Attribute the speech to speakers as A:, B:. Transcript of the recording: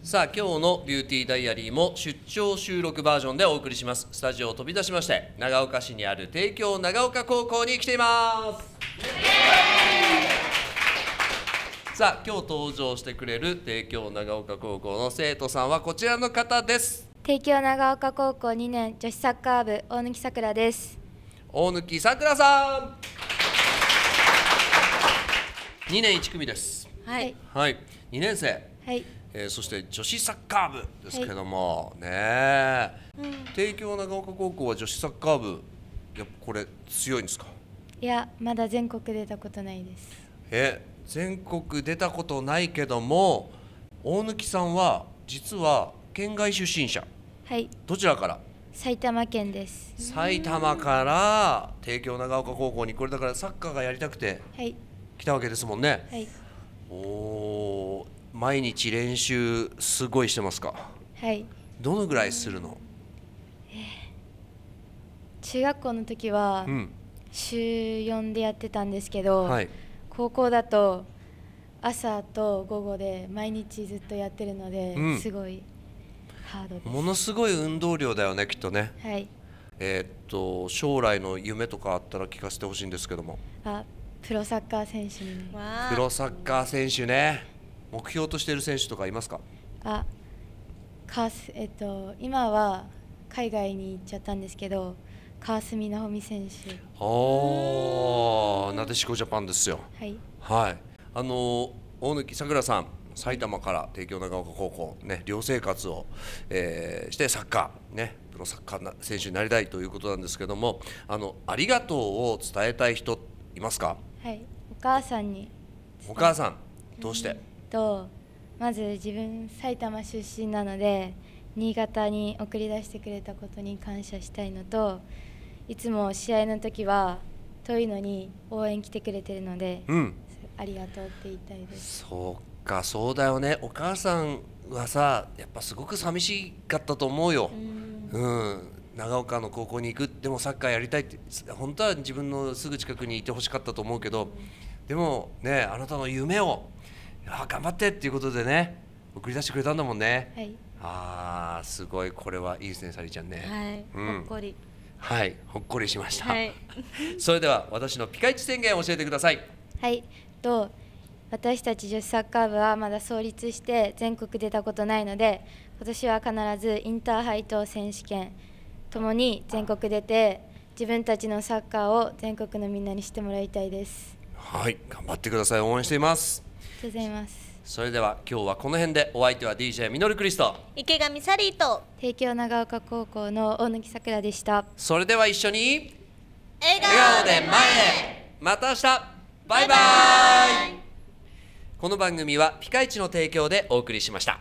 A: さあ今日のビューティーダイアリーも出張収録バージョンでお送りしますスタジオを飛び出しまして長岡市にある帝京長岡高校に来ていますさあ今日登場してくれる帝京長岡高校の生徒さんはこちらの方です
B: 帝京長岡高校2年女子サッカー部大貫さくらです
A: 大貫さくらさん2年1組です
B: はい
A: はい2年生
B: はい
A: えーそして女子サッカー部ですけども、ねえ、帝京長岡高校は女子サッカー部やっぱこれ強いんですか
B: いやまだ全国出たことないです
A: え全国出たことないけども大貫さんは実は県外出身者
B: はい
A: どちらから
B: 埼玉県です
A: 埼玉から帝京長岡高校にこれだからサッカーがやりたくて
B: はい
A: 来たわけですもんね
B: はい
A: おおー毎日練習すごいしてますか
B: はい
A: どのぐらいするの
B: 中学校の時は
A: うん
B: 週4でやってたんですけど、
A: はい
B: 高校だと朝と午後で毎日ずっとやってるので、
A: うん
B: すごいハードです
A: ものすごい運動量だよねきっとね
B: はい
A: えーっと将来の夢とかあったら聞かせてほしいんですけども
B: あプロサッカー選手になる
C: わ
A: プロサッカー選手ね目標としている選手とかいますか
B: あカースえっと今は海外に行っちゃったんですけど川澄奈穂美選手
A: おーなでしこジャパンですよ
B: はい
A: はいあのー大貫さくらさん埼玉から帝京長岡高校ね寮生活を、えーしてサッカーねプロサッカーな選手になりたいということなんですけどもあのありがとうを伝えたい人いますか
B: はいお母さんに
A: お母さんどうして、
B: とまず自分埼玉出身なので新潟に送り出してくれたことに感謝したいのといつも試合の時は遠いのに応援来てくれてるので、
A: うん
B: ありがとうって言いたいです
A: そうかそうだよねお母さんはさやっぱすごく寂しかったと思うようん、長岡の高校に行くでもサッカーやりたいって本当は自分のすぐ近くにいてほしかったと思うけどでもねあなたの夢をあ頑張ってっていうことでね送り出してくれたんだもんね、
B: はい
A: あーすごいこれはいいですねさりちゃんね
C: はい、
A: うん
C: ほっこり。
A: はいほっこりしました、
C: はい。
A: それでは私のピカイチ宣言を教えてください
B: はいと私たち女子サッカー部はまだ創立して全国出たことないので今年は必ずインターハイと選手権ともに全国出て自分たちのサッカーを全国のみんなにしてもらいたいです
A: はい頑張ってください応援しています
B: ありがとうございます
A: それでは今日はこの辺でお相手は DJ ミノルクリスト
C: 池上サリーと
B: 帝京長岡高校の大貫さくらでした
A: それでは一緒に
C: 笑
A: 笑顔
C: 顔
A: で前
C: で
A: へ
C: 前
A: また明日バイバイこの番組はピカイチの提供でお送りしました